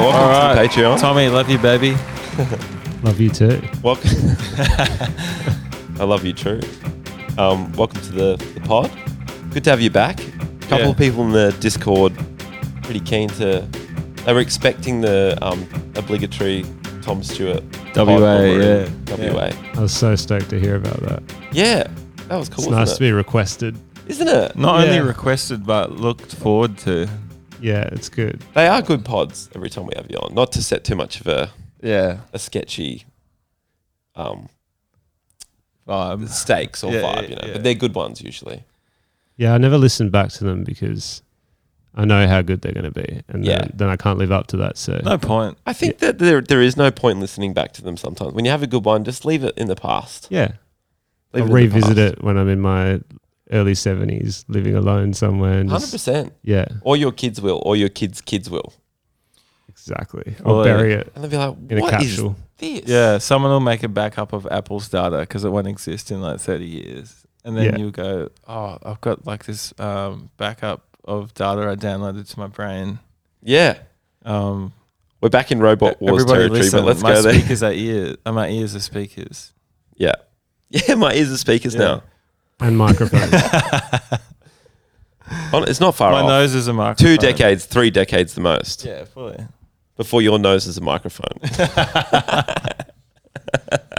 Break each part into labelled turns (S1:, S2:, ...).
S1: Hey, John.
S2: Tommy, love you, baby.
S3: Love you too.
S1: Welcome. I love you too. Um, welcome to the, the pod. Good to have you back. A couple
S2: Yeah.
S1: of people in the Discord pretty keen to. They were expecting the um, obligatory Tom Stewart. pod
S2: WA,
S1: already.
S2: yeah.
S1: WA.
S3: I was so stoked to hear about that.
S1: Yeah. That was cool.
S3: it's nice to
S1: isn't
S3: be requested.
S1: it? Isn't it?
S2: Not only
S3: Yeah.
S2: requested, but looked forward to.
S3: Yeah, it's good.
S1: They are good pods every time we have you on. Not to set too much of a,
S2: Yeah.
S1: a sketchy um,
S2: Vibe.
S1: stakes or
S2: Yeah,
S1: vibe,
S2: yeah,
S1: you know,
S2: yeah.
S1: but they're good ones usually.
S3: Yeah, I never listened back to them because I know how good they're going to be, and
S1: Yeah.
S3: then, then I can't live up to that. So
S2: No point.
S1: I think that there there is no point listening back to them sometimes. When you have a good one, just leave it in the past.
S3: yeah,
S1: Leave
S3: I'll revisit it when I'm in my early seventies, living alone somewhere. And
S1: Hundred
S3: just,
S1: percent.
S3: yeah,
S1: Or your kids will, or your kids' kids will,
S3: exactly.
S2: Well,
S3: I'll
S2: yeah.
S3: bury it
S1: and they'll be like,
S3: in
S1: "What
S3: a
S1: is
S3: capsule.
S1: this?"
S2: Yeah, someone will make a backup of Apple's data because it won't exist in like 30 years. And then
S3: Yeah.
S2: you'll go, oh, I've got like this um, backup of data I downloaded to my brain.
S1: yeah.
S2: Um,
S1: We're back in robot wars
S2: E-, everybody
S1: territory,
S2: listen,
S1: but let's
S2: my
S1: go there.
S2: speakers are ears. Uh, my ears are speakers.
S1: yeah, yeah. My ears are speakers
S2: Yeah.
S1: now.
S3: and microphones.
S1: On, it's not far
S2: my
S1: off.
S2: nose is a microphone.
S1: Oh. Two decades, three decades, the most
S2: Yeah, fully.
S1: before your nose is a microphone.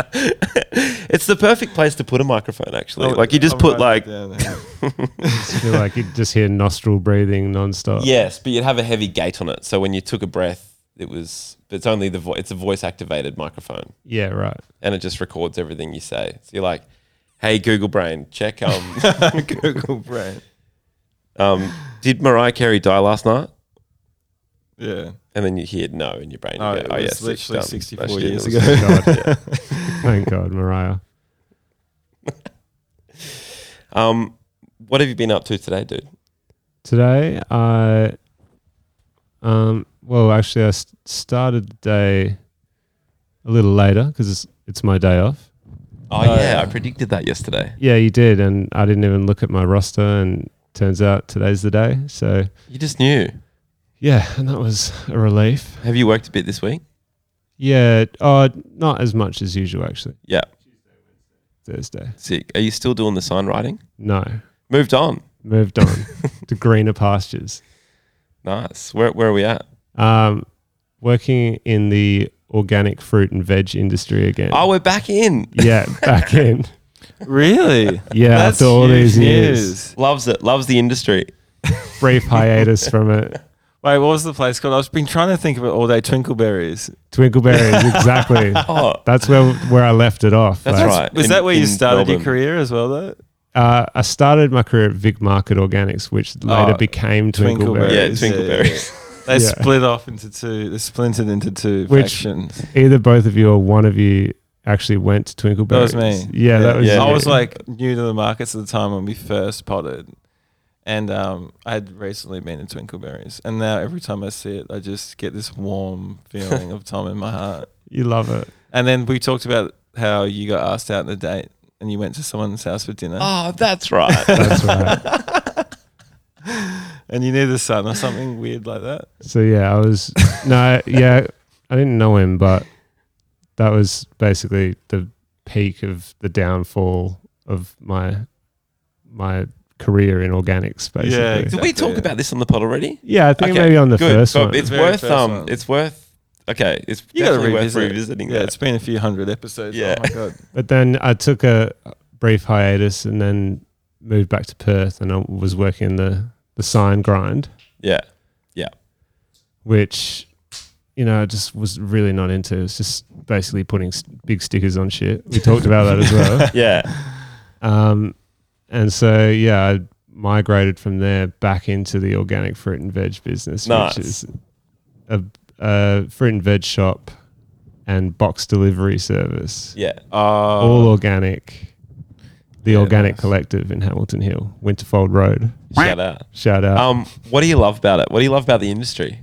S1: it's the perfect place to put a microphone. Actually, like you just
S2: Oh, I'm
S1: put
S2: right
S1: like
S2: there now.
S3: I feel like you just hear nostril breathing
S2: Oh.
S3: nonstop.
S1: Yes, but you'd have a heavy gate on it. So when you took a breath, it was. It's only the voice. It's a voice activated microphone,
S3: yeah, right.
S1: and it just records everything you say. So you're like, "Hey Google Brain, check um,
S2: Google brain.
S1: um did Mariah Carey die last night?"
S2: Yeah.
S1: And then you hear no in your brain. You
S2: Oh,
S1: go,
S2: it
S1: "Oh,
S2: was
S1: yes,
S2: literally
S1: it's done. No,
S2: 64
S1: she didn't.
S2: years
S1: It was-
S2: ago.
S3: God. Thank God, Mariah.
S1: Um, what have you been up to today, dude?
S3: Today, I, um, well, actually, I s- started the day a little later because it's, it's my day off.
S1: Oh
S2: No.
S1: yeah, I predicted that yesterday.
S3: Yeah, you did, and I didn't even look at my roster, and turns out today's the day. So
S1: You just knew.
S3: yeah, and that was a relief.
S1: Have you worked a bit this week?
S3: Yeah, uh, not as much as usual actually.
S1: Yeah.
S3: Thursday.
S1: Sick. Are you still doing the sign writing?
S3: No,
S1: Moved on.
S3: moved on to greener pastures.
S1: Nice. Where where are we at?
S3: Um, working in the organic fruit and veg industry again.
S1: Oh, we're back in.
S3: yeah, back in.
S2: Really?
S3: Yeah,
S2: That's
S3: after all
S2: huge
S3: these years,
S2: news.
S1: Loves it. Loves the industry.
S3: brief hiatus from it.
S2: Wait, what was the place called? I've been trying to think of it all day. Twinkleberries.
S3: Twinkleberries, exactly.
S1: Oh,
S3: That's where where I left it off.
S1: That's
S3: Like,
S1: right. Uh,
S2: Was
S1: In-
S2: that where you
S1: in
S2: started your
S1: Melbourne.
S2: career as well, though?
S3: Uh, I started my career at Vic Market Organics, which later
S2: Oh,
S3: became
S2: Twinkleberries.
S3: Twinkleberries.
S1: Yeah,
S2: Berries, yeah,
S1: Twinkleberries.
S2: They
S3: Yeah.
S2: split off into two. They splintered into two
S3: Which-
S2: factions.
S3: Either both of you or one of you actually went to
S2: That was
S3: Twinkleberries.
S2: me.
S3: Yeah, that was.
S1: Yeah.
S2: I
S3: you.
S2: was like new to the markets at the time when we first potted, and um, I had recently been to Twinkleberries, and now every time I see it, I just get this warm feeling of Tom in my heart.
S3: you love it.
S2: And then we talked about how you got asked out on a date, and you went to someone's house for dinner,
S1: Oh, that's right.
S3: That's right.
S2: and you knew the son or something weird like that.
S3: so yeah, I was. No, yeah, I didn't know him, but that was basically the peak of the downfall of my my career in organics. Basically.
S2: Yeah,
S1: Did we talk
S2: Exactly.
S1: about this on the pod already?
S3: Yeah, I think
S1: Okay,
S3: maybe on the first
S1: but
S3: one.
S1: It's
S2: Very
S1: worth
S2: first
S1: um
S2: one.
S1: it's worth okay, it's
S2: You gotta
S1: definitely worth
S2: revisit it.
S1: revisiting
S2: Yeah,
S1: that.
S2: it's been a few hundred episodes.
S1: Yeah.
S2: Oh my god.
S3: But then I took a brief hiatus and then moved back to Perth and I was working in the, the sign grind,
S1: Yeah.
S3: which, you know, I just was really not into. It was just basically putting s big stickers on shit. We talked about that as well.
S1: Yeah.
S3: Um, and so, yeah, I migrated from there back into the organic fruit and veg business,
S1: Nice.
S3: which is a, a fruit and veg shop and box delivery service.
S1: Yeah. Um,
S3: all organic. The
S2: Yeah,
S3: Organic
S2: nice.
S3: Collective in Hamilton Hill, Winterfold Road.
S1: Shout out.
S3: Shout out.
S1: Um what do you love about it? What do you love about the industry?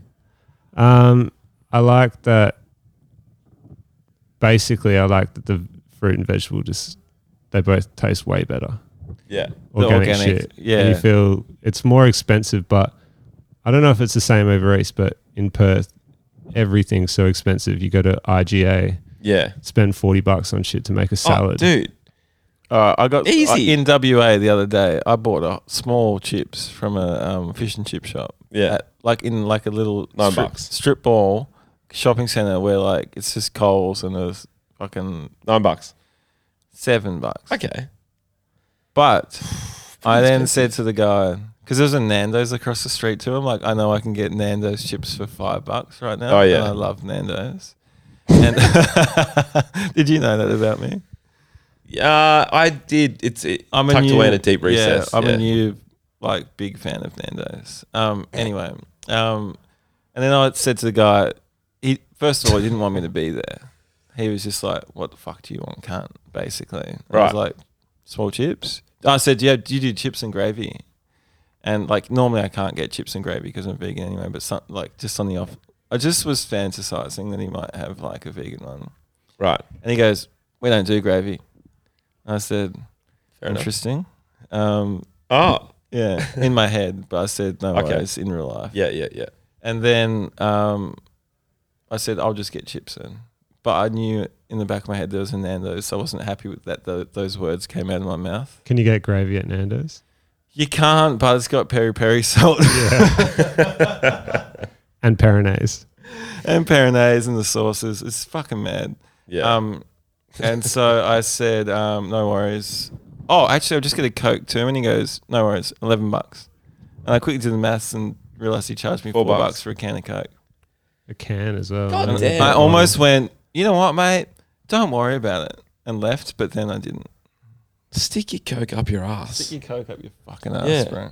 S3: Um, I like that. Basically, I like that the fruit and vegetable just they both taste way better.
S1: Yeah.
S2: The
S3: Organic,
S2: organic,
S3: shit. And
S2: yeah.
S3: you feel it's more expensive, but I don't know if it's the same over east, but in Perth, everything's so expensive. You go to IGA,
S1: Yeah.
S3: spend forty bucks on shit to make a salad.
S1: Oh, dude.
S2: Uh, I got
S1: Easy.
S2: I- in WA the other day. I bought a small chips from a um, fish and chip shop.
S1: Yeah.
S2: at- like in like a little
S1: Nine
S2: strip,
S1: bucks.
S2: strip mall shopping center where like it's just Coles and there's fucking
S1: Nine bucks.
S2: seven bucks.
S1: Okay.
S2: But I
S1: Pretty
S2: then
S1: expensive.
S2: said to the guy because there's a Nando's across the street to him. Like I know I can get Nando's chips for five bucks right now.
S1: Oh, yeah.
S2: and I love Nando's. and did you know that about me?
S1: Yeah, Uh, I did. It's it,
S2: I'm a
S1: tucked
S2: new-
S1: away in a deep
S2: yeah,
S1: recess.
S2: I'm
S1: yeah.
S2: a new like big fan of Nando's. Um, anyway, um, and then I said to the guy, he first of all he didn't want me to be there. He was just like, "What the fuck do you want, cunt?" Basically, And I was
S1: Right.
S2: like, "Small chips." I said, "Yeah, do you do chips and gravy?" And like normally I can't get chips and gravy because I'm vegan anyway, but some, like just on the off, I just was fantasizing that he might have like a vegan one.
S1: right.
S2: And he goes, "We don't do gravy." I said,
S1: Fair enough.
S2: "Interesting." Um,
S1: Oh,
S2: yeah, in my head, but I said no
S1: Okay.
S2: worries in real life.
S1: yeah, yeah, yeah.
S2: And then um, I said I'll just get chips in, but I knew in the back of my head there was a Nando's. So I wasn't happy with that. tho- those words came out of my mouth.
S3: Can you get gravy at Nando's?
S2: You can't, but it's got peri peri salt
S3: And Peronaise.
S2: and Peronaise and the sauces. It's fucking mad.
S1: Yeah.
S2: Um, and so I said, um, no worries. Oh, actually, I'll just get a Coke too. And he goes, no worries, 11 bucks. And I quickly did the maths and realized he charged me four,
S1: Four bucks.
S2: bucks for a can of Coke.
S3: A can as well.
S1: God
S3: I don't
S1: damn.
S3: know.
S2: I almost went, you know what, mate? Don't worry about it. And left, but then I didn't.
S1: Stick your coke up your ass. You
S2: your coke up your fucking ass,
S1: Yeah.
S2: bro.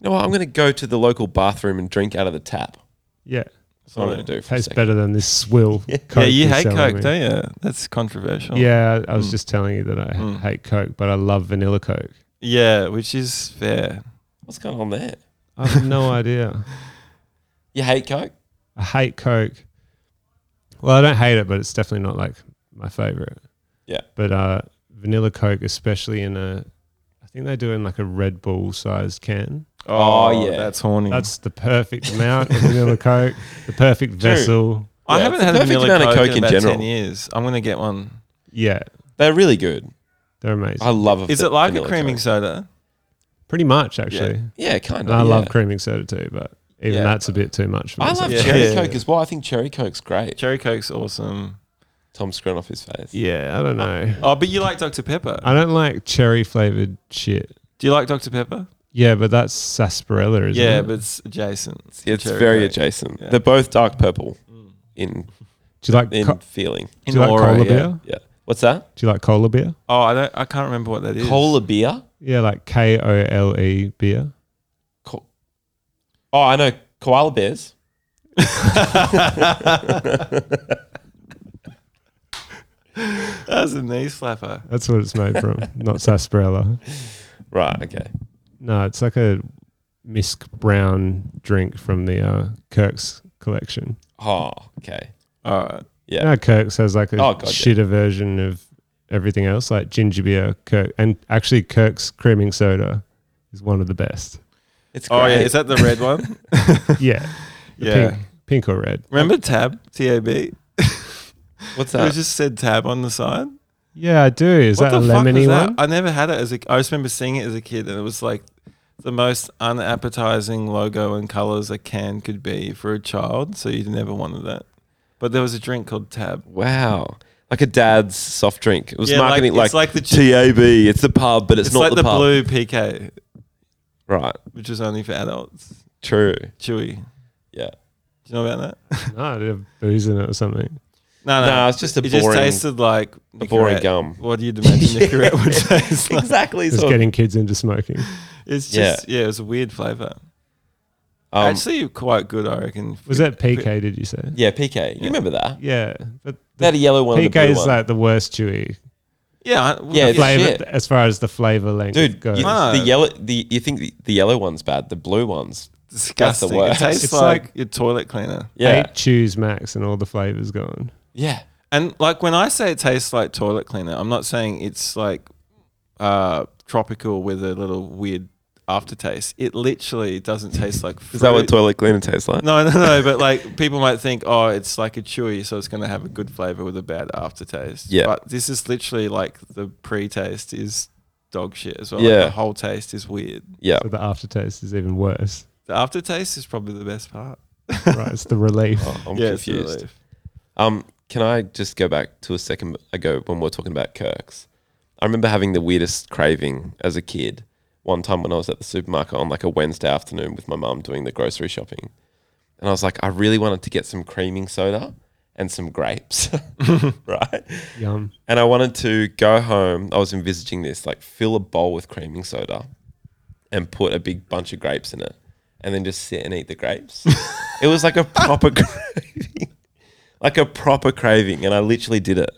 S1: know what? I'm going to go to the local bathroom and drink out of the tap.
S3: Yeah.
S1: That's what I'm going to do. For a
S3: Tastes
S1: second.
S3: better than this swill.
S2: yeah,
S3: Coke
S2: you
S3: you're
S2: hate
S3: selling
S2: coke,
S3: me.
S2: don't you? That's controversial.
S3: Yeah, I was
S2: Mm.
S3: just telling you that I
S2: Mm.
S3: hate Coke, but I love vanilla Coke.
S2: Yeah, which is fair.
S1: What's going on there?
S3: I have no idea.
S1: You hate coke?
S3: I hate Coke. Well, I don't hate it, but it's definitely not like my favorite.
S1: Yeah.
S3: But uh, vanilla Coke, especially in a, I think they do it in like a Red Bull sized can.
S1: Oh, yeah.
S2: That's horny.
S3: That's the perfect amount of vanilla Coke, the perfect vessel.
S2: I
S1: Yeah,
S2: haven't
S1: it's
S2: had
S1: the
S2: a
S1: perfect
S2: vanilla
S1: amount of
S2: coke,
S1: Coke
S2: in,
S1: in
S2: about
S1: general.
S2: 10 years. I'm going to get one.
S3: Yeah,
S1: They're really good.
S3: they're amazing.
S1: I love it.
S2: Is it like a creaming soda?
S3: Pretty much, actually.
S1: Yeah, kind
S3: And
S1: of.
S3: I love
S1: yeah.
S3: creaming soda too, but even
S2: Yeah.
S3: that's a bit too much for me.
S1: I love
S2: Yeah.
S3: sometimes.
S1: cherry
S2: Yeah.
S1: coke as well. I think cherry coke's great.
S2: Cherry Coke's awesome.
S1: Tom's grin off his face.
S3: Yeah, I don't know.
S2: Oh, but you like Dr. Pepper.
S3: I don't like cherry flavored shit.
S2: Do you like Dr. Pepper?
S3: Yeah, but that's sarsaparilla, isn't
S2: yeah,
S3: it?
S2: but it's adjacent. to
S1: It's
S2: Cherry
S1: very
S2: Coke.
S1: adjacent.
S2: Yeah. Mm.
S1: They're both dark purple in
S3: do you like
S1: in
S3: co-
S1: feeling.
S3: do
S2: In
S3: you like
S2: aura,
S3: cola
S2: yeah.
S3: beer?
S1: Yeah. What's that?
S3: Do you like cola beer?
S2: Oh, I don't. I can't remember what that is.
S1: Cola beer?
S3: Yeah, like K O L E beer.
S1: Co- oh, I know koala bears.
S2: That was a knee slapper.
S3: That's what it's made from, not sarsaparilla.
S1: Right. Okay.
S3: No, it's like a misc brown drink from the uh, Kirk's collection.
S1: Oh, okay.
S2: All right.
S1: Yeah.
S3: You know, how Kirk's has like a
S1: Oh, God, yeah.
S3: shitter version of everything else, like ginger beer, Kirk, and actually Kirk's creaming soda is one of the best.
S1: It's great.
S2: Oh yeah, is that the red one?
S3: yeah, the
S2: yeah.
S3: pink, pink or red.
S2: Remember Tab T A B?
S1: What's
S2: It
S1: that?
S2: was just said Tab on the side.
S3: Yeah, I do. Is that a lemony one?
S2: I never had it as a. I just remember seeing it as a kid, and it was like the most unappetizing logo and colors a can could be for a child. So you never wanted that. But there was a drink called Tab.
S1: wow. Like a dad's soft drink. It was
S2: Yeah, like-
S1: marketing like,
S2: it's like the-
S1: TAB. It's the pub, but it's,
S2: It's,
S1: not
S2: like
S1: the,
S2: the,
S1: pub.
S2: blue PK,
S1: Right.
S2: which was only for adults.
S1: True.
S2: Chewy. Do
S1: Yeah.
S2: you know about that?
S3: no, I did have booze in it or something.
S2: No, no.
S1: No, it's just a
S2: Uh, it
S1: boring-
S2: just tasted like
S1: A boring
S2: Nicorette.
S1: gum.
S2: What do you imagine
S1: Yeah.
S2: Nicorette would taste like?
S1: Exactly.
S3: Just
S1: sort of-
S3: getting kids into smoking.
S2: It's
S1: Yeah.
S2: just yeah, it was a weird flavor.
S1: um,
S2: Actually, quite good, I reckon.
S3: Was that PK? Did you say?
S1: yeah, PK. You
S2: Yeah.
S1: remember that?
S3: Yeah, but
S1: They had a yellow one. and a
S3: PK
S1: blue
S3: is uh,
S1: one.
S3: like the worst chewy
S2: Yeah, I- well,
S1: Yeah,
S2: yeah,
S1: it's like-
S3: flavor
S1: shit.
S3: as far as the flavor length
S1: Dude,
S3: goes.
S1: you-
S2: No.
S1: the yellow, the you think the, the yellow one's bad, the blue one's
S2: disgusting.
S1: worst.
S2: It tastes
S3: It's
S2: like,
S3: like-
S2: your toilet cleaner.
S1: yeah,
S3: Eight chews max, and all the flavors gone.
S1: yeah,
S2: And like when I say it tastes like toilet cleaner, I'm not saying it's like uh, tropical with a little weird aftertaste. It literally doesn't taste like fruit.
S1: Is that what toilet cleaner tastes like?
S2: No, no, no. But like people might think, oh, it's like a chewy, so it's going to have a good flavor with a bad aftertaste.
S1: Yeah.
S2: But this is literally like the pre-taste is dog shit as well. Like
S1: Yeah.
S2: the whole taste is weird.
S1: Yeah.
S3: But the aftertaste is even worse.
S2: The aftertaste is probably the best part.
S3: right, it's the relief.
S1: Oh, I'm
S2: yeah, it's the
S1: confused.
S2: relief.
S1: Um, can I just go back to a second ago when we were talking about Kirk's? I remember having the weirdest craving as a kid. One time when I was at the supermarket on like a Wednesday afternoon with my mum doing the grocery shopping, and I was like, I really wanted to get some creaming soda and some grapes, right?
S3: Yum.
S1: And I wanted to go home. I was envisaging this like fill a bowl with creaming soda and put a big bunch of grapes in it and then just sit and eat the grapes. it was like a proper craving, like a proper craving. And I literally did it.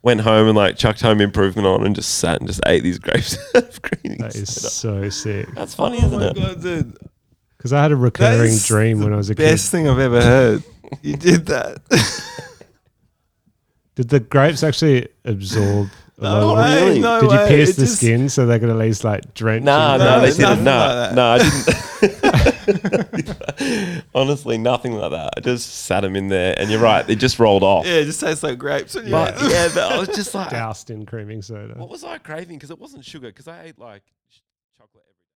S1: Went home and like chucked home improvement on and just sat and just ate these grapes of creaming
S3: That is
S1: soda.
S3: so sick.
S1: That's funny,
S2: Oh
S1: isn't
S2: my
S1: it?
S2: god, dude!
S3: Because I had a recurring
S2: is
S3: dream when I was a kid.
S2: Best thing I've ever heard. You did that.
S3: Did the grapes actually absorb? a
S2: no
S3: lot of-
S2: way.
S1: Really?
S2: No
S3: Did you
S2: way.
S3: pierce
S2: It
S3: the
S2: just-
S3: skin so they could at least like drench?
S1: Nah,
S3: in-
S1: no,
S2: No,
S1: they
S2: it's
S1: didn't.
S2: nothing
S1: No,
S2: like that.
S1: no, I didn't. Honestly, nothing like that. I just sat them in there, and you're right. They just rolled off.
S2: Yeah, it just tastes like grapes. When you
S1: But
S2: eat them.
S1: yeah, but I was just like,
S3: Doused in creaming soda.
S1: what was I craving? Because it wasn't sugar. Because I ate like